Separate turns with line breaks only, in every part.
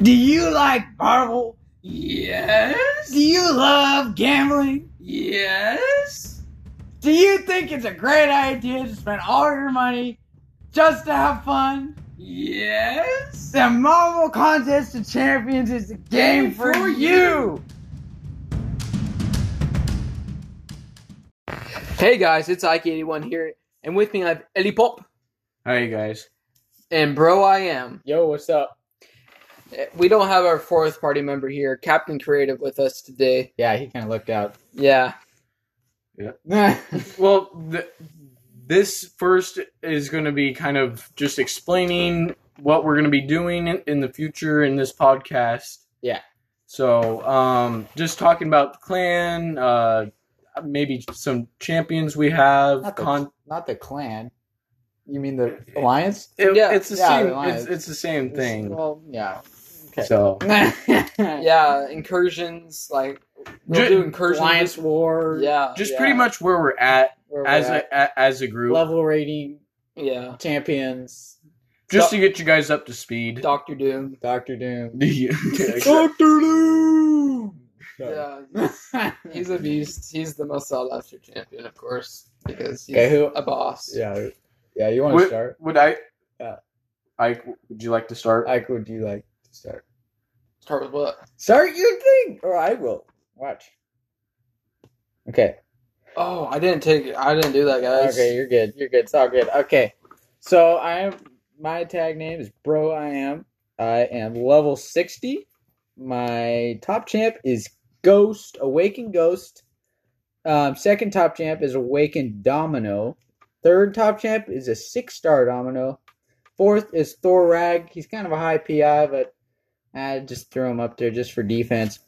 Do you like Marvel?
Yes.
Do you love gambling?
Yes.
Do you think it's a great idea to spend all your money just to have fun?
Yes.
The Marvel Contest of Champions is a game for you!
Hey guys, it's Ike81 here, and with me I have Ellie Pop
All right, guys.
and Bro I Am.
Yo, what's up?
Eh, We don't have our fourth party member here, Captain Creative, with us today.
Yeah, he kind of looked out.
Yeah,
Well, th- this first is going to be kind of just explaining what we're going to be doing in, in the future in this podcast.
Yeah.
So, um, just talking about clan, uh, maybe some champions we have.
Not the,
Con-
not the clan. You mean the alliance?
it-
Yeah.
it's the
Yeah,
same.
the line
It's,
is-
it's the same thing.
Well, yeah. okay.
So,
yeah, incursions like we'll
Ju-
do incursions.
Alliance war.
Yeah,
just
yeah,
pretty much where we're at
where we're
as
at,
a, a as a group.
level rating
yeah.
champions.
just
So-
to get you guys up to speed.
Doctor Doom.
Doctor Doom.
Yeah, exactly.
Doctor Doom.
Yeah, he's a beast. He's the most sought after champion, of course, because he's
Okay, who-
a boss.
Yeah. Yeah. You want to
would,
start?
would I?
Yeah.
Ike, would you like to start?
Ike, would you like to start?
Start with what?
Start your thing, or I will. Watch. Okay.
Oh, I didn't take. it. I didn't do that, guys.
Okay, you're good. You're good. It's all good. Okay. So I am my tag name is Bro I am. I am level 60. My top champ is Ghost, Awakened Ghost. Um, second top champ is Awakened Domino. Third top champ is a six star domino. Fourth is Thorag. He's kind of a high PI, but I just throw him up there just for defense.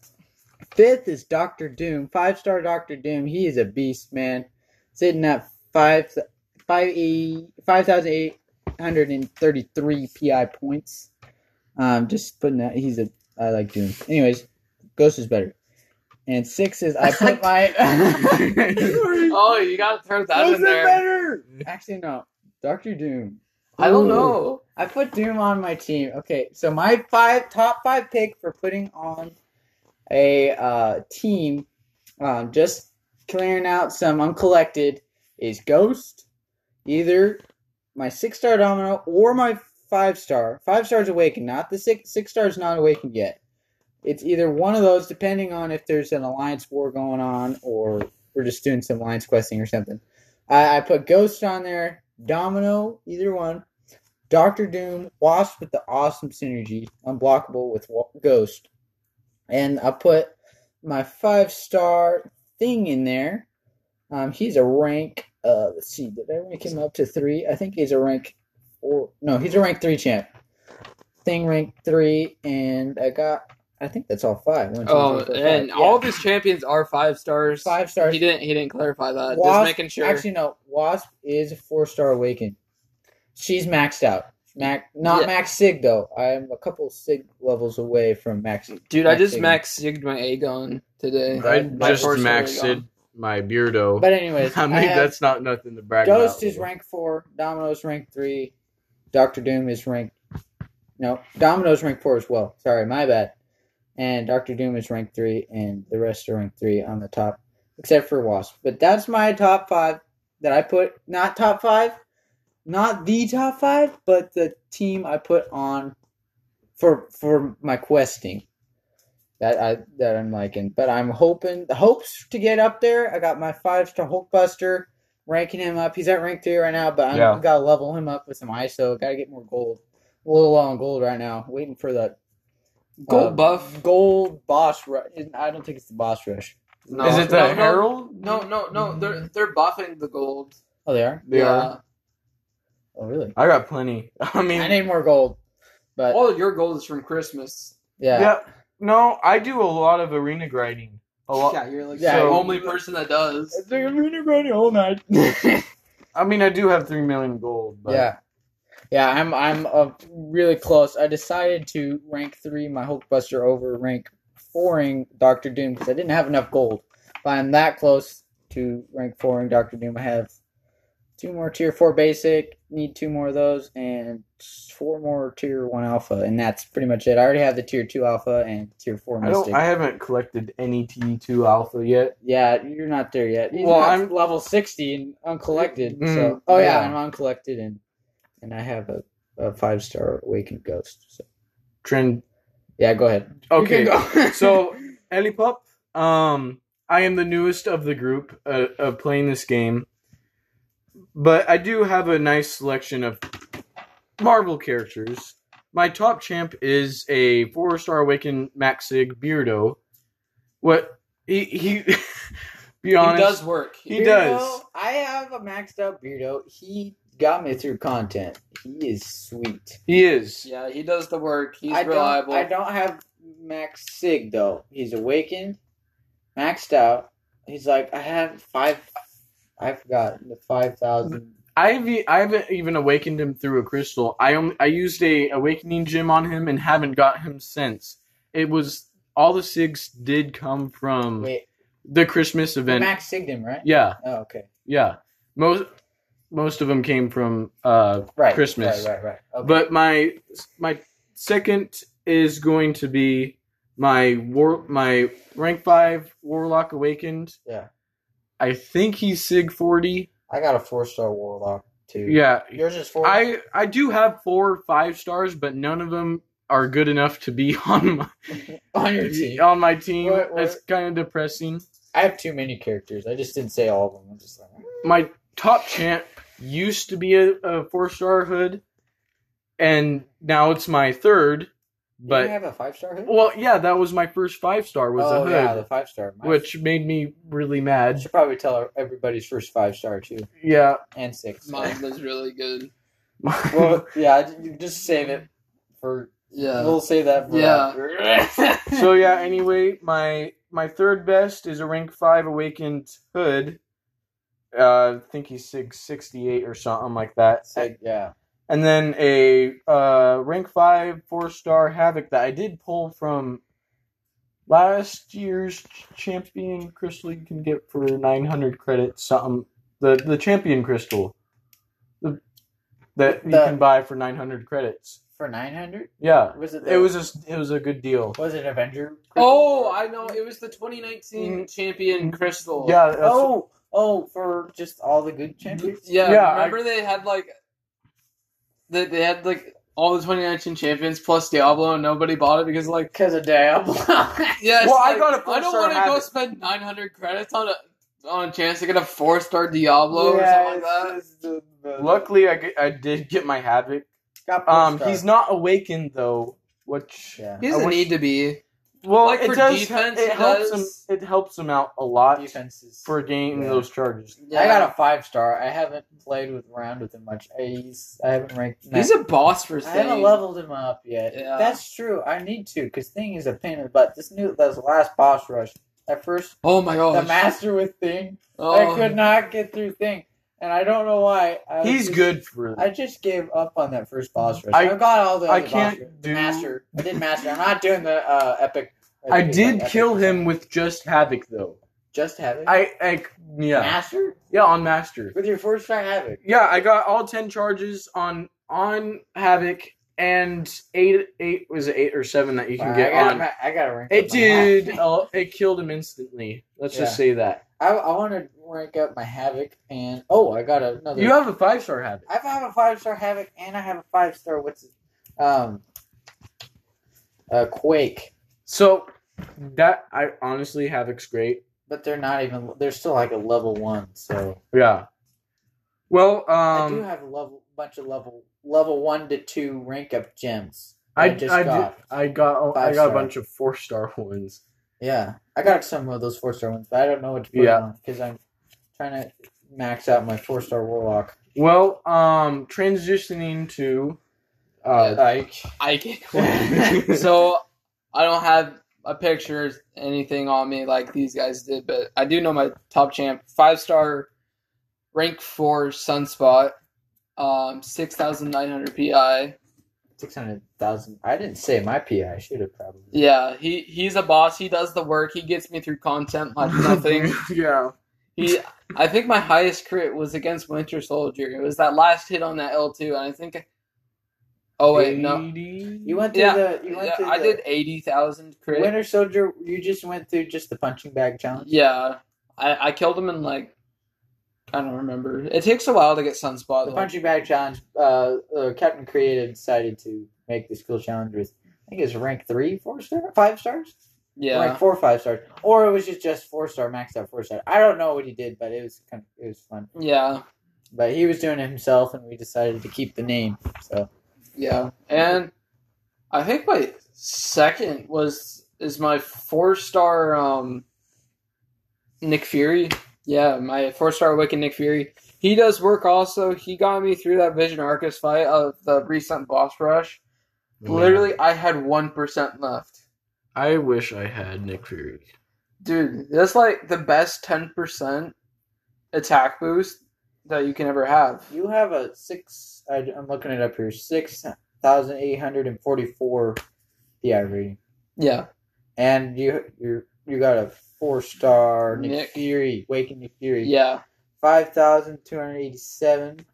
Fifth is Doctor Doom, five star Doctor Doom. He is a beast, man. Sitting at five five eight five thousand eight hundred and thirty three PI points. Um, just putting that he's a I like Doom. Anyways, Ghost is better. And six is I put my
Oh, you gotta throw that in there.
better? Actually, no. Doctor Doom.
I don't
Ooh.
know.
I put Doom on my team. Okay, so my five top five pick for putting on a uh, team, um, just clearing out some uncollected, is Ghost, either my six star Domino or my five star. Five stars awakened, not the six. Six stars not awakened yet. It's either one of those, depending on if there's an alliance war going on or we're just doing some alliance questing or something. I, I put Ghost on there, Domino, either one. Doctor Doom, Wasp with the awesome synergy, unblockable with Wa- Ghost, and I put my five star thing in there. Um, he's a rank. Uh, let's see, did I rank him up to three? I think he's a rank four. No, he's a rank three champ. Thing rank three, and I got. I think that's all five. One, two,
Oh,
three, four, five.
and
Yeah.
all of his champions are five stars.
five stars.
He didn't. He didn't clarify that. Just
Wasp-
making sure.
Actually, no. Wasp is a four star awakened. She's maxed out. Mac, not
Yeah.
max sig though. I'm a couple sig levels away from max.
Dude, I just
Maxing.
max zigged my Aegon today.
I
My
just
first
maxed
Aegon.
my beardo.
But anyways,
I
I
mean,
have-
that's not nothing to brag
Ghost
about.
is rank four. Domino's rank three. Doctor Doom is rank. No, Domino's rank four as well. Sorry, my bad. And Doctor Doom is rank three, and the rest are rank three on the top, except for Wasp. But that's my top five that I put. Not top five, not the top five, but the team I put on for for my questing. That I that I'm liking, but I'm hoping the hopes to get up there. I got my five star Hulkbuster ranking him up. He's at rank three right now, but I'm
Yeah.
gotta level him up with some ISO. Gotta get more gold. A little low on gold right now. Waiting for that
Gold
uh,
buff.
gold boss rush. I don't think it's the boss rush.
No,
is it
no,
the
no,
Herald?
No, no, no.
Mm-hmm.
They're they're buffing the gold.
Oh, they are.
They
yeah.
are.
Oh, really?
I got plenty. I mean,
I need more gold, but
All of your gold is from Christmas.
yeah.
yeah. No, I do a lot of arena grinding. A lot.
Yeah, you're like
Yeah,
the
you-
only person that does.
They're running all night.
I mean, I do have three million gold. But
Yeah. Yeah, I'm I'm uh, really close. I decided to rank three my Hulkbuster over rank fouring Doctor Doom because I didn't have enough gold. But I'm that close to rank fouring Doctor Doom. I have Two more tier four basic. Need two more of those, and four more tier one alpha, and that's pretty much it. I already have the tier two alpha and tier four
I don't.
mystic.
I haven't collected any T two alpha yet.
yeah, you're not there yet. He's
Well,
not
I'm-
level sixty and uncollected.
Mm,
so, oh yeah,
yeah.
I'm uncollected, and and I have a, a five star awakened ghost. So,
Trend.
yeah, go ahead.
Okay.
You can go.
so Ellie Pup, um, I am the newest of the group uh, of playing this game, but I do have a nice selection of Marvel characters. My top champ is a four-star Awakened Maxig Beardo. What he he? be honest,
He does work.
He does.
I have a maxed out beardo. He got me through content. He is sweet.
he is.
Yeah, he does the work. He's
I
reliable.
Don't, I don't have Max Sig though. He's awakened, maxed out. He's like, I have five. I forgot the five thousand.
I've e- I haven't even awakened him through a crystal. I only I used a awakening gem on him and haven't got him since. It was all the sigs did come from
Wait,
the Christmas event.
Max Sigged him, right?
Mm-hmm. yeah,
Oh, okay.
yeah. Most most of them came from uh
Right.
Christmas.
Right. Right. Right. Okay.
but my my second is going to be my war my rank 5 warlock awakened.
Yeah.
I think he's sig 40.
I got a four star warlock too.
Yeah,
Yours is four.
I I do have four or five stars, but none of them are good enough to be on my
on your team.
on my team.
What- what-
That's kind of depressing.
I have too many characters. I just didn't say all of them. I'm just like.
My top champ used to be a, a four star hood, and now it's my third.
Didn't you
But
have a five star hood.
well, yeah, that was my first five star was
oh
a hood,
yeah, the five star.
which made me really
I
mad.
should probably tell everybody's first five star too,
Yeah,
and six.
Mine was really good.
well, yeah, you just save it for.
Yeah.
We'll save that for.
Yeah.
after.
so yeah anyway my my third best is a rank 5 awakened hood uh, i think he's sig 68 or something like that
Sig- yeah.
and then a uh, rank 5 4 star havoc that i did pull from last year's champion crystal you can get for 900 credits something the the champion crystal the, that you
The-
can buy for 900 credits
For nine hundred,
yeah
was it?
it was a, it was a good deal
Was it Avenger?
Oh, I know. It was the
Mm-hmm.
2019 champion crystal.
yeah that's-
Oh, oh, for just all the good champions.
Yeah.
Yeah, I-
remember they had like they, they had like all the 2019 champions plus Diablo and nobody bought it because like
Because of Diablo.
yeah. it's
Well, I
like,
got a four
I don't
star
want to go
habit.
spend 900 credits on a on a chance to get a four star Diablo or something like that.
Luckily, I, get- I did get my Havoc.
got
Um, he's not awakened though, which
Yeah.
He doesn't
I wish-
need to be.
well,
Like,
it
for
does.
defense,
it
he
helps
does.
him. It helps him out a lot
Defenses.
for gaining
Yeah.
those charges.
I got a five star. I haven't played with round with him much. I, he's, I haven't ranked.
He's a boss for
I
saying.
haven't leveled him up yet.
Yeah.
That's true. I need to because thing is a pain in the butt. This new this last boss rush, that first
Oh my gosh.
the master with thing, I
Oh.
could not get through thing, and I don't know why. I was
He's
just-
good for.
I just gave up on that first boss rush. I,
I-
got all the.
I
other boss
can't
rush-
do-
master. I did master. I'm not doing the uh, epic.
I
think it's
did
like epic
kill
or
him
something.
with just Havoc though.
Just havoc.
I, I yeah
master
yeah on Master.
with your four star havoc.
Yeah, I got all ten charges on on Havoc and eight eight was it eight or seven that you can
Wow,
get
I gotta,
on.
ma- I gotta rank.
It
up my hat.
did. oh, it killed him instantly. Let's just
Yeah.
say that.
I, I want to rank up my havoc and oh, I got another.
You have a five star habit.
I have a five star Havoc and I have a five star what's it? Um uh Quake.
So that I honestly Havoc's great.
But they're not even they're still like a level one, so
Yeah. Well,
I do
um
have a level bunch of level level one to two rank up gems. that
I
I just
I
got.
got I got, I
Five
got a
star.
bunch of four star ones.
Yeah. I got some of those four star ones, but I don't know what to put
Yeah.
on because I'm trying to max out my four star warlock.
Well, um transitioning to uh
Like
I can't. so I don't have a picture, anything on me like these guys did, but I do know my top champ, five star, rank four sunspot, um, six thousand nine hundred pi.
six hundred thousand I didn't say my PI, I should have probably
Yeah, he he's a boss. He does the work. He gets me through content like nothing.
yeah.
He, I think my highest crit was against Winter Soldier. It was that last hit on that L two, and I think. Oh wait, no.
You
You
went to
Yeah,
the. You went
Yeah,
to
I
the
did eighty thousand crit.
Winter Soldier. You just went through just the punching bag challenge.
Yeah, I, I killed him in like I don't remember. It takes a while to get sunspot.
The
Like,
punching bag challenge. Uh, uh, Captain Creative decided to make this cool challenge with. I think it's rank three, four star, five stars,
yeah,
rank four, five stars, or it was just just four star, maxed out four star. I don't know what he did, but it was kind of, it was fun.
yeah,
But he was doing it himself, and we decided to keep the name. So
yeah. And I think my second was is my four star um Nick Fury. Yeah, my four star Wicked Nick Fury. He does work also. He got me through that Vision Arcus fight of the recent boss rush. Literally, I had one percent left.
I wish I had Nick Fury.
Dude, that's like the best 10% attack boost that you can ever have.
you have a six. I, I'm looking it up here. Six thousand eight hundred and forty-four PI rating,
Yeah.
and you you you got a four star Nick,
Nick.
Fury, Waking Nick Fury.
Yeah.
five thousand two hundred eighty-seven,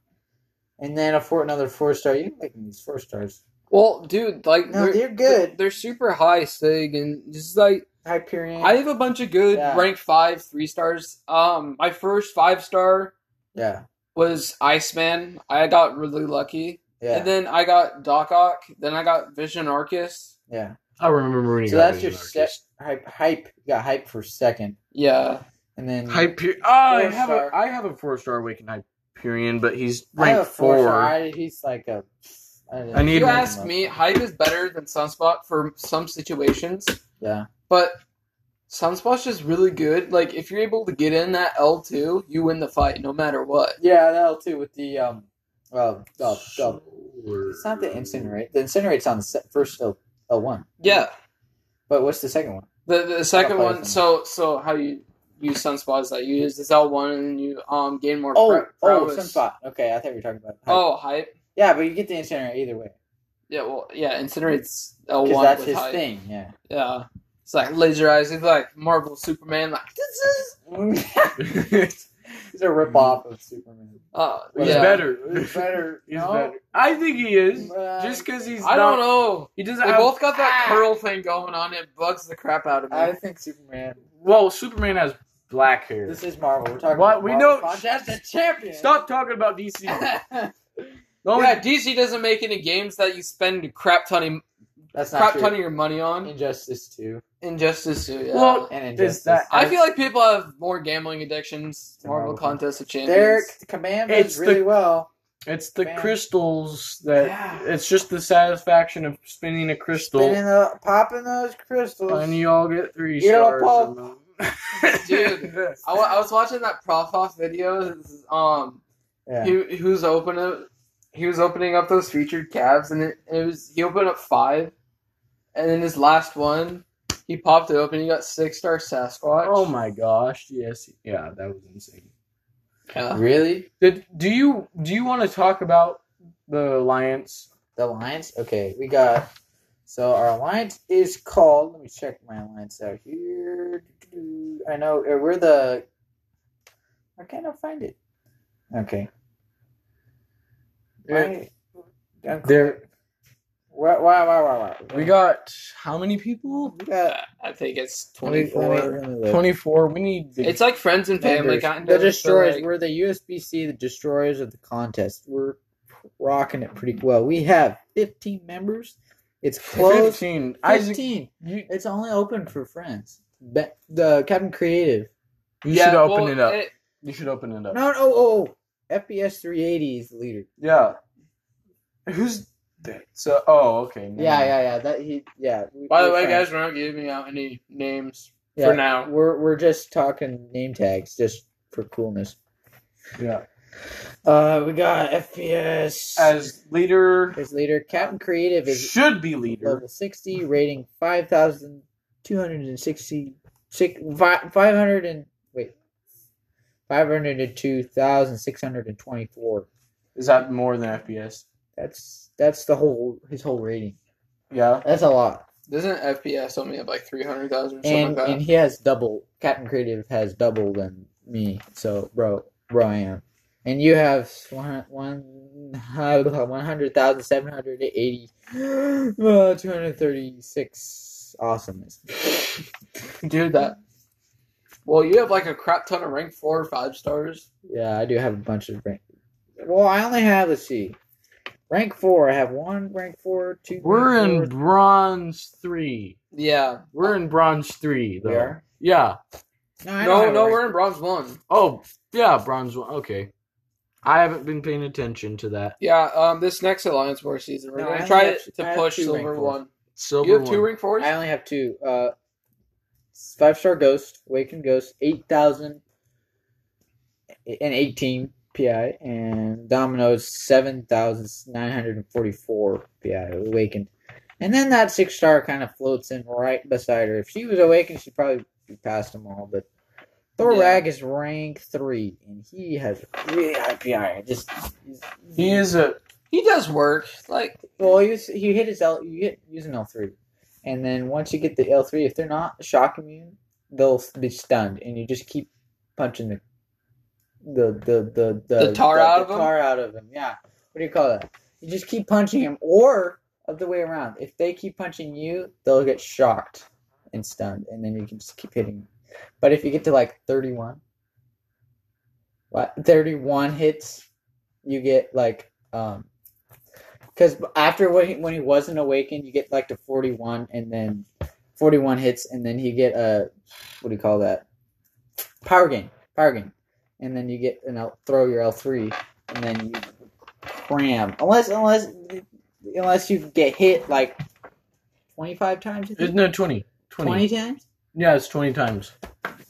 and then a four another four star. You're making these four stars.
Well, dude, like
No, they're good.
They're super high sig and just like
Hyperion.
I have a bunch of good
Yeah.
rank 5 3 stars. Um my first 5 star
yeah,
was Iceman. I got really lucky.
yeah,
And then I got Doc Ock, then I got Vision Arcus.
yeah.
I remember when you
So
got
that's your
Vision
se- hype.
Arcus.
Hype. You got hype for second,
Yeah.
and then
Hyper- oh, I
Four
have
star.
a I have a four star Awakened Hyperion, but he's
I have a
ranked four.
star. I, he's like a. I, don't
I need-
If you
Even-
ask me, hype is better than Sunspot for some situations.
Yeah.
But Sunspot's just really good. Like if you're able to get in that L two, you win the fight no matter what.
Yeah, that'll too with the um. Well, uh, uh,
Solar.
it's not the incinerate. The incinerate's on the se- first L L one.
Yeah.
But what's the second one?
The the second
Fire
one
thing.
so so how you use Sunspot is that you use this L one and you um gain more
Oh,
pro-
oh,
prowess.
sunspot. Okay, I thought you were talking about. Hype.
Oh hype.
yeah, but you get the incinerate either way
Yeah, well yeah, incinerates L
because
one
that's
with
his
hype.
thing. Yeah.
Yeah. It's like laser eyes, it's like Marvel Superman, like this is
He's a ripoff of Superman.
uh
He's
yeah.
better.
He's better.
He's
no?
better. I think he is.
Uh,
Just because he's
I
not-
don't know.
He doesn't
They
have.
both got that
Ah!
curl thing going on. It bugs the crap out of me.
I think Superman.
Well, Superman has black hair.
This is Marvel. We're talking
What?
about
We
Marvel
don't-
Contest of champions.
Stop talking about DC. The only-
yeah, DC doesn't make any games that you spend a crap ton of
That's not
crap
true.
ton of your money on.
Injustice two
Injustice too. Yeah.
Well,
and Injustice.
Is that-
I feel like people have more gambling addictions.
It's a
Marvel
Marvel
Contest of Champions.
Derek command
It's
is
the-
really well.
It's the
Man.
crystals that.
Yeah.
It's just the satisfaction of spinning a crystal,
Spinning the, popping those crystals.
and you all get three
You know,
stars.
Paul-
and-
Dude, I, wa- I was watching that Prof Off video. Um,
yeah.
he he was opening he was opening up those featured calves, and it, it was he opened up five, and then his last one, he popped it open. He got six star Sasquatch.
Oh my gosh! Yes, yeah, that was insane.
Yeah.
really?
Did, do you do you want to talk about the alliance?
The alliance. Okay, we got. So our alliance is called. Let me check my alliance out here. I know uh, we're the. I cannot find it. Okay. Why,
There,
why, why, why, why, why?
we got how many people?
We got
I think it's twenty
twenty
four.
four.
Twenty four. We need. The,
It's like friends and family kind
The
of. so,
destroyers.
like-
We're the USB C, the destroyers of the contest. We're rocking it pretty well. We have fifteen members. It's closed.
fifteen. Isaac,
Fifteen.
you,
It's only open for friends. Be- the Captain Creative.
you
Yeah,
should open
well,
it up. you should open it up.
No, no, oh, oh. FPS 380 is the leader.
Yeah. Who's that? So, oh, okay. never
Yeah,
mind.
yeah, yeah. That he, yeah. we-
by the
we're
way,
friends.
guys, we're not giving out any names
Yeah.
for now.
we're we're just talking name tags just for coolness.
yeah.
Uh, we got FPS
As leader,
as leader. Captain Creative is
should be leader.
level 60, rating 5,260, six- fi- 500 and wait, 502,624.
Is that more than FPS?
That's that's the whole his whole rating.
Yeah.
That's a lot.
Doesn't FPS only have like three hundred thousand or something
And
like that?
and he has double Captain Creative has double than me. So, bro, bro, I am. And you have one one one hundred thousand seven hundred eighty uh, two hundred thirty six awesomeness.
Dude, that. Well, you have like a crap ton of rank four or five stars.
Yeah, I do have a bunch of rank. Well, I only have let's see, rank four. I have one rank four, two. rank
We're in
four,
bronze three.
Yeah.
We're in bronze three, though.
we are.
Yeah.
No, I don't
No,
have
no,
rank-
we're in bronze one.
Oh, yeah, bronze one. Okay. I haven't been paying attention to that.
Yeah. Um, this next alliance war season, we're
No, I
gonna
only
try
have- I
to
have
push
two rank
silver
fours.
one.
Silver
you have two
one.
rank fours.
I only have two. Uh, five star ghost, awakened ghost, eight thousand and eighteen pi, and dominoes seven thousand nine hundred and forty four pi awakened. And then that six star kind of floats in right beside her. If she was awakened, she'd probably be past them all. But Thorag is rank three, and he has really high pi. Just he's,
He is a.
He does work. Like
well, you you hit his L, you hit use an L three, and then once you get the L three, if they're not shock immune, they'll be stunned, and you just keep punching the the the the
The tar out of
the
'em?
tar out of them. Yeah, what do you call that? You just keep punching him, or other way around. If they keep punching you, they'll get shocked and stunned, and then you can just keep hitting. 'em. But if you get to like thirty one, what thirty one hits, you get like um because after when he, when he wasn't awakened, you get like to forty one, and then forty one hits, and then you get a what do you call that? Power gain, power gain, and then you get an L, throw your L three, and then you cram unless unless unless you get hit like twenty five times, I think?
Isn't it 20? 20.
twenty times.
Yeah, it's 20 times.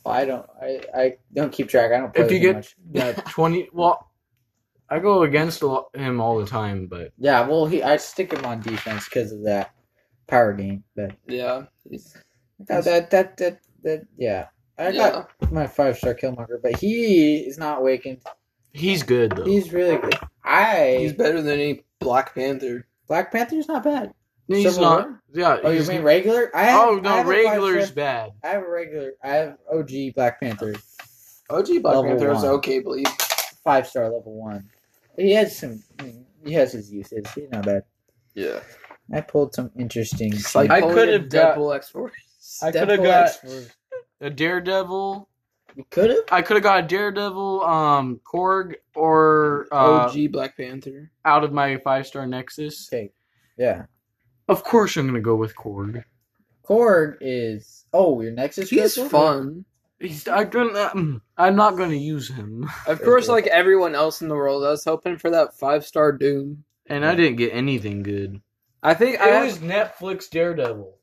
Well, I don't I, I don't keep track. I don't play
If you
with it
get
much.
that 20. Well, I go against a lo- him all the time, but.
Yeah, well, he I stick him on defense because of that power gain, but.
yeah. He's,
That, Oh, that, that, that, that- yeah. I
yeah.
got my five star Killmonger, but he is not awakened.
He's good, though.
He's really good. I
He's better than any Black Panther.
Black Panther's not bad.
He's
Civil
not.
War?
Yeah.
Oh, you
he's-
mean regular? I have,
oh,
I
no,
have a five
regular's
star-
bad.
I have a regular. I have OG Black Panther,
OG Black
Level
Panther is
one.
okay, believe.
five star level one. He has some. He has his uses. He's not bad.
Yeah.
I pulled some interesting.
Like
I
I could
could've
have
got-
double X Force.
I coulda
Deadpool
got-
X-
A daredevil.
You could have.
I could have got a daredevil, um, Korg, or uh,
OG Black Panther.
out of my five star nexus.
Okay. Yeah.
Of course, I'm gonna go with Korg.
Korg is. Oh, your Nexus.
He's
crystal?
fun.
He's I don't, um, I'm not gonna use him,
Of course, like everyone else in the world, I was hoping for that five star Doom.
and I didn't get anything good.
I think I have-
Netflix Daredevil.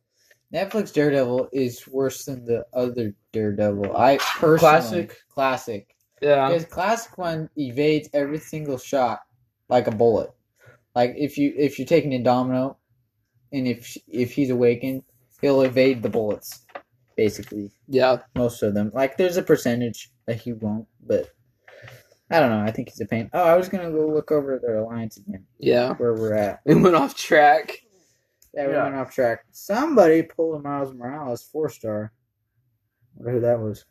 Netflix Daredevil is worse than the other Daredevil. I personally
Classic?
classic
yeah.
because classic one evades every single shot like a bullet. Like if you if you're taking Indomino, and if sh- if he's awakened, he'll evade the bullets, basically
Yeah.
most of them. Like there's a percentage that he won't, but I don't know. I think he's a pain. Oh, I was gonna go look over their alliance again,
Yeah.
where we're at.
It went off track.
Yeah, we
Yeah.
went off track. Somebody pulled a Miles Morales four star. wonder who that was.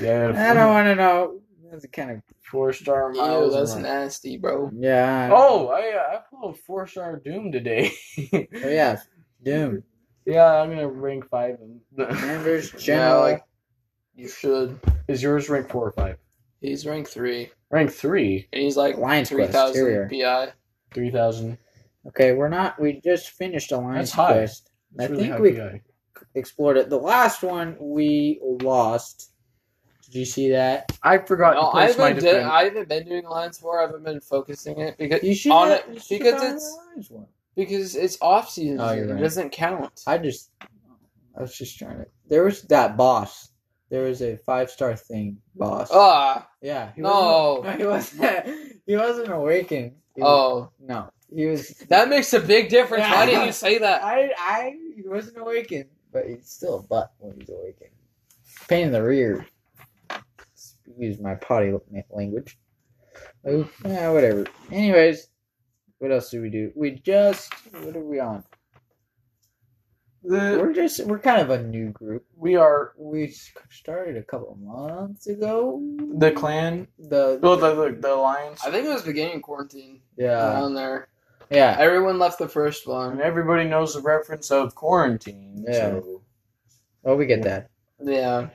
Yeah,
I don't want to know. That's kind of
four star
Ew, that's
Morales.
nasty, bro.
yeah. I don't-
Oh, I uh, I pulled four star Doom today.
oh yeah, Doom.
yeah, I'm gonna rank five.
Members
Yeah,
general.
like you should.
Is yours rank four or five?
He's rank three,
Rank three,
and he's like
Alliance
three
Quest, here
thousand
we
pi.
three thousand.
okay, we're not. We just finished Alliance
That's high.
Quest. I think we explored it. The last one we lost. Did you see that?
I forgot
No,
to
I
place my
haven't did,
defense.
I haven't been doing Alliance Four. I haven't been focusing it because
You should
on
have-
it
you should
because
have done
it's
the Alliance one.
because it's off season.
Oh, you're
it
right.
doesn't count.
I just, I was just trying to. There was that boss. There was a five star thing boss.
Ah,
yeah. he
no.
wasn't- no, he wasn't. He wasn't awakened. He was-
oh,
no, he was.
that makes a big difference.
Yeah.
Why didn't you say that?
I, I, he wasn't awakened, but he's still a butt when he's awakened. Pain in the rear. Excuse my potty la- language. Oh, yeah, whatever. Anyways, what else do we do? We just. What are we on?
The,
We're just we're kind of a new group.
we are
We s- started a couple months ago.
the clan.
The,
Oh, the the, the alliance.
I think it was beginning of quarantine
yeah
around there.
yeah
Everyone left the first
And
one.
everybody knows the reference of quarantine.
Yeah.
so-
oh we get that.
Yeah,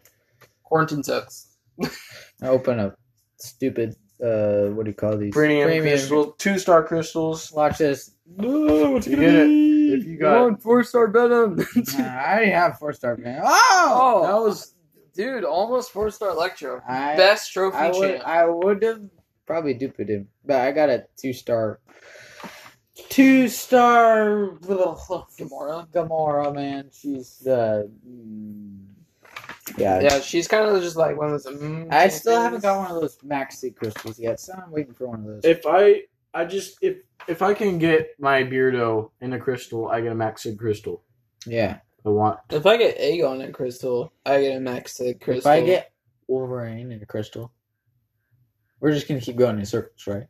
quarantine sucks.
I open a stupid uh what do you call these
Premium, crystal, two star crystals.
Watch this.
No, you get it if you got.
four star venom.
Nah, I already have four star man. Oh,
oh, that was dude, almost four star electro.
I,
Best trophy
I would
champ.
I would have probably duped him, but I got a two star. Two star
Gamora?
Gamora, man, she's uh, mm, yeah.
yeah, she's kind of just like one of those. mm,
I still
champions.
haven't got one of those maxi crystals yet, so I'm waiting for one of those.
If I, I just if if I can get my beardo in a crystal, I get a maxi crystal.
yeah,
I want.
If I get egg on a crystal, I get a max to crystal.
if I get Wolverine in a crystal, we're just gonna keep going in circles, right?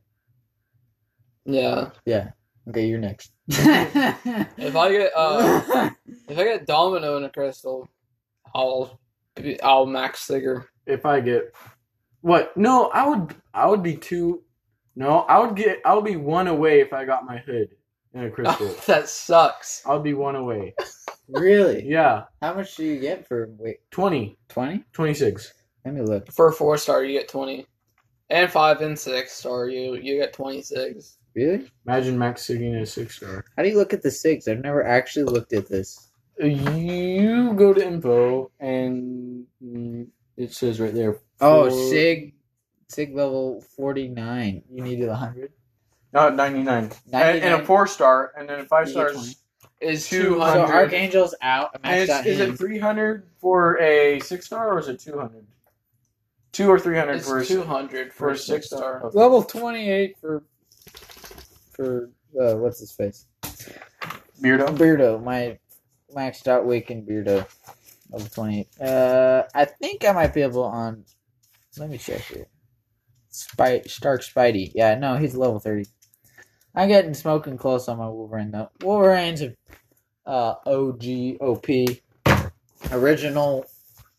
yeah,
Yeah. Okay, you're next. if
if I get uh, if I get domino in a crystal, I'll be- I'll max Sigger.
If I get, what? No, I would. I would be two. No, I would get. I would be one away if I got my hood in a crystal.
that sucks.
I would be one away.
really,
Yeah,
how much do you get for wait
20,
twenty?
26.
Let me look.
For a four star, you get twenty, and five and six star, you you get twenty six.
Really?
Imagine max sigging a six star.
How do you look at the six? I've never actually looked at this.
You go to info and mm, it says right there.
Oh,
four-
sig, sig level forty nine. You needed a hundred.
No, 99. And, and a
99.
four star, and then a five
You
star
get
is.
Is
Two
two
So
hundred.
hundred.
Archangel's out. I
And
maxed out
it's, is
him.
it 300 for a six star or is it 200? Two or 300 for a,
It's two hundred for a six star.
Okay.
level twenty eight for for uh, what's his face?
Beardo.
Beardo. My maxed out waking beardo. Level twenty eight. Uh, I think I might be able on. Let me check here. Spy, Stark Spidey. Yeah, no, he's level thirty. I'm getting smoking close on my Wolverine though. Wolverine's a uh, OG OP original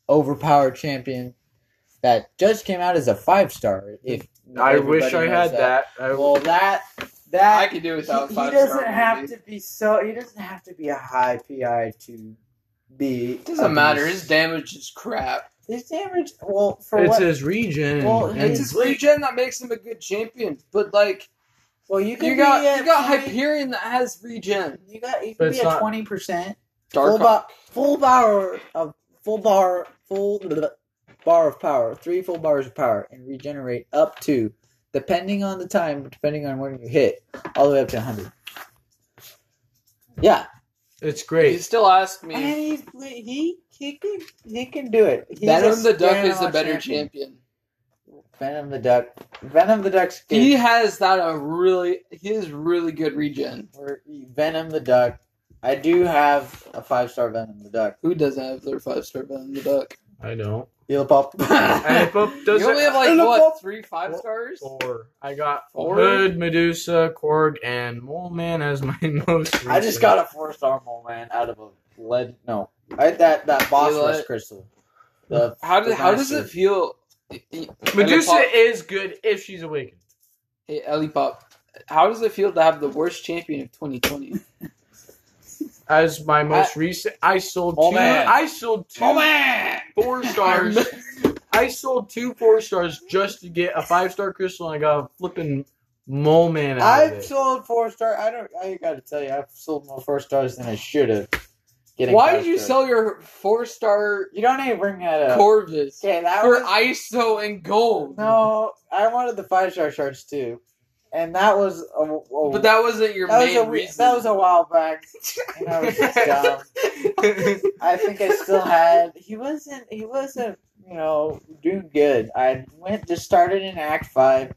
overpowered champion that just came out as a five star. If
I wish I
everybody knows
had that. I,
Well, that that
I could do without
he, he
five
doesn't
star.
have to be so. He doesn't have to be a high PI to be.
It doesn't matter.
abused.
His damage is crap.
His damage. Well, for
it's
what?
his region.
Well,
and-
It's his regen that makes him a good champion. But like
well, you can
you got
be at
you got
20
Hyperion that has regen.
You got. You
But
can
it's
be
not-
at twenty percent. Full,
Dark
ba- full bar of full bar full bar of power. Three full bars of power and regenerate up to, depending on the time, depending on when you hit, all the way up to hundred. Yeah,
it's
He
great.
still asked me.
And he's, he he can he can do it. He's
Venom
a
the Duck is a
standout
better champion.
Venom the Duck. Venom the Duck's good.
He has that a really he is really good regen.
Or Venom the Duck. I do have a five star Venom the Duck.
Who doesn't have their five star Venom the Duck?
I don't.
Heal pop.
And Boop does
you only
it-
have like
Hello,
what
Bob.
three five stars?
Four. I got
Four?
Hood, Medusa, Korg, and Mole Man as my most. Recent.
I just got a four star mole man out of a lead. No, I that that Bosphorus
Lead.
crystal. The
How did
the
how does it
master.
feel?
Medusa
Ellie Pop-
is good if she's awakened.
Hey, Ellie Pop, how does it feel to have the worst champion of 2020?
As my most recent, I sold
Mole
two.
Man.
I sold two four stars. I sold two four stars just to get a five star crystal, and I got a flipping mole man out of
I've
it.
sold four star. I don't. I gotta tell you, I've sold more four stars than I should have. Getting
Why
five
did you
stars.
sell your four star
You don't need to bring that up.
Corvus
okay, that
for
was-
ISO and gold?
No, I wanted the five star shards too, and that was a, a-
But that wasn't your
that was
main
a re-
reason.
that was a while back. And I was just dumb. I think I still had. He wasn't. He wasn't. You know, doing good. I went just started in Act Five,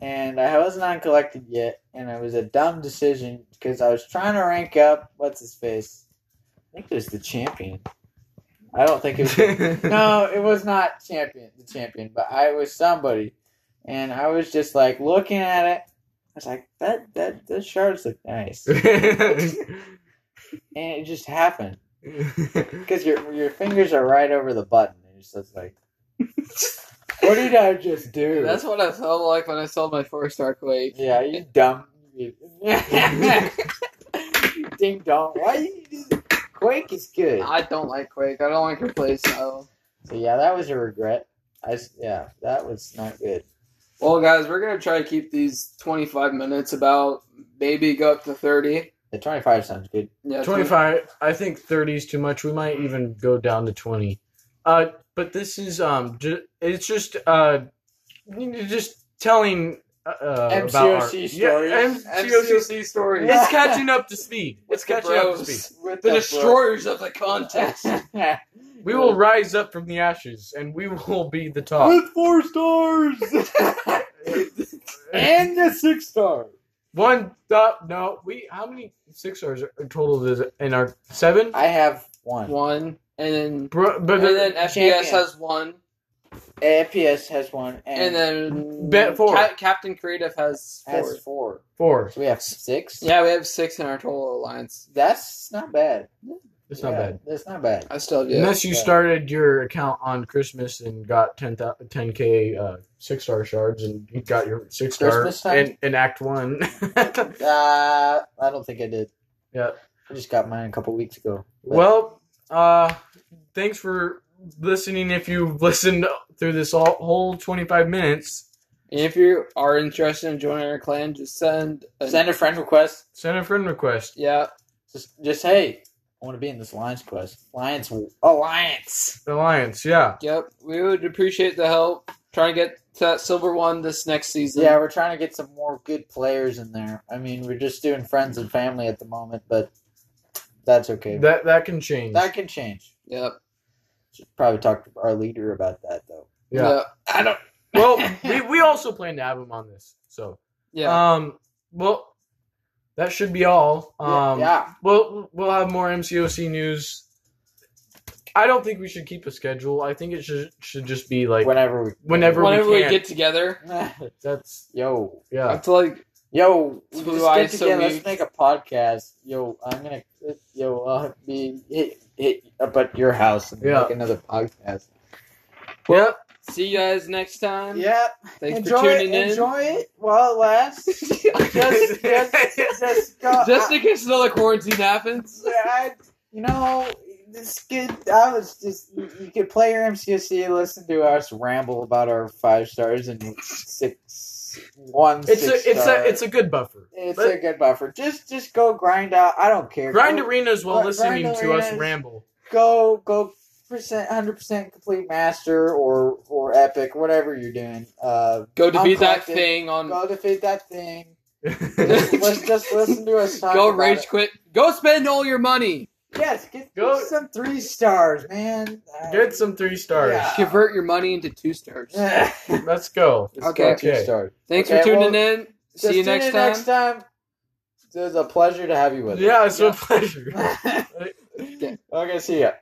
and I wasn't on collected yet, and it was a dumb decision because I was trying to rank up. What's his face? I think it was the champion. I don't think it was no, it was not champion, the champion, but I was somebody, and I was just like looking at it. I was like, that that those shards look nice. and it just happened because your your fingers are right over the button. And it's just like, what did I just do?
That's what I felt like when I sold my four star quake.
yeah, you dumb. you-
I
Ding dong. Why you do- Quake is good.
don't like Quake. I don't like her play style.
So yeah, that was a regret. I s- yeah, that was not good.
Well, guys, we're gonna try to keep these 25 minutes about, maybe go up to 30.
The twenty five sounds good.
Yeah,
25 i think 30 is too much we might even go down to 20 uh but this is um ju- it's just uh you're just telling uh, uh about our,
MCOC stories.
yeah, MCOC.
MCOC story.
it's catching up to speed it's
The
catching up to
bros.
speed
With
The destroyers of the contest.
we will rise up from the ashes and we will be the top
with four stars and the six star.
one stop no we how many six stars are total is it in our seven
I have one.
one, and then
Bro, but
and then
Champion.
FPS has one,
FPS has one, and,
and then
Bet four.
Cap- Captain Creative has four.
has four.
four
So we have six.
Yeah, we have six in our total alliance.
That's not bad.
it's
Yeah,
not bad
That's not bad.
I still do.
Unless you
Yeah.
started your account on Christmas and got 10, 10k uh, six star shards and you got your six star
Christmas time?
in, in Act One.
Uh, I don't think I did.
Yeah.
I just got mine a couple weeks ago. But-
well, uh, thanks for listening. If you've listened through this all, whole 25 minutes,
And if you are interested in joining our clan, just send a,
send a friend request.
send a friend request.
yeah.
Just, just hey, I want to be in this Lions quest. Lions alliance.
Alliance, yeah.
Yep, we would appreciate the help. Trying to get to that silver one this next season.
Yeah, we're trying to get some more good players in there. I mean, we're just doing friends and family at the moment, but that's okay.
That that can change.
That can change.
Yep.
Should probably talk to our leader about that though.
yeah.
I don't.
Well, we, we also plan to have him on this. So,
Yeah.
um, well, that should be all. Um,
yeah,
We'll we'll have more MCOC news. I don't think we should keep a schedule. I think it should should just be like
whenever we.
whenever,
Whenever
we
we,
can.
get together,
That's
yo,
I
yeah.
have to like
yo, we
Blue
just
eyes
get
so
together.
huge.
Let's make a podcast. Yo, I'm gonna. Yo, I'll be hit, hit up at your house and
Yeah.
make another podcast.
Yep.
see you guys next time.
Yeah,
Thanks
enjoy,
for tuning in.
enjoy it while it lasts. just, just, just go.
Just in case another quarantine happens.
I, you know, this kid, I was just, you, you could play your MCSC, listen to us ramble about our five stars and six, one,
It's a
six
it's
star.
a it's a good buffer.
it's
but-
a good buffer. Just, just go grind out. I don't care.
Grind
go,
arenas while
Grind
listening to us
arenas.
ramble.
go, go, percent, hundred percent complete master or or epic, whatever you're doing. Uh,
Go to
I'm
be that
collected.
thing
Um,
go
on.
defeat that thing.
Go
Let's just listen to us talk.
Go
about
rage
it.
quit. Go spend all your money.
Yes, get,
Go-
get some three stars, man. Uh,
get some three stars.
Yeah.
Convert your money into two stars.
Let's
Let's go.
go
Okay.
two
Okay.
stars.
Thanks
Okay,
for tuning
well,
in.
Just
See you
tune
next
in
time.
next time. It was a pleasure to have you with
Yeah, it's
Yeah.
a pleasure.
us. okay, see ya.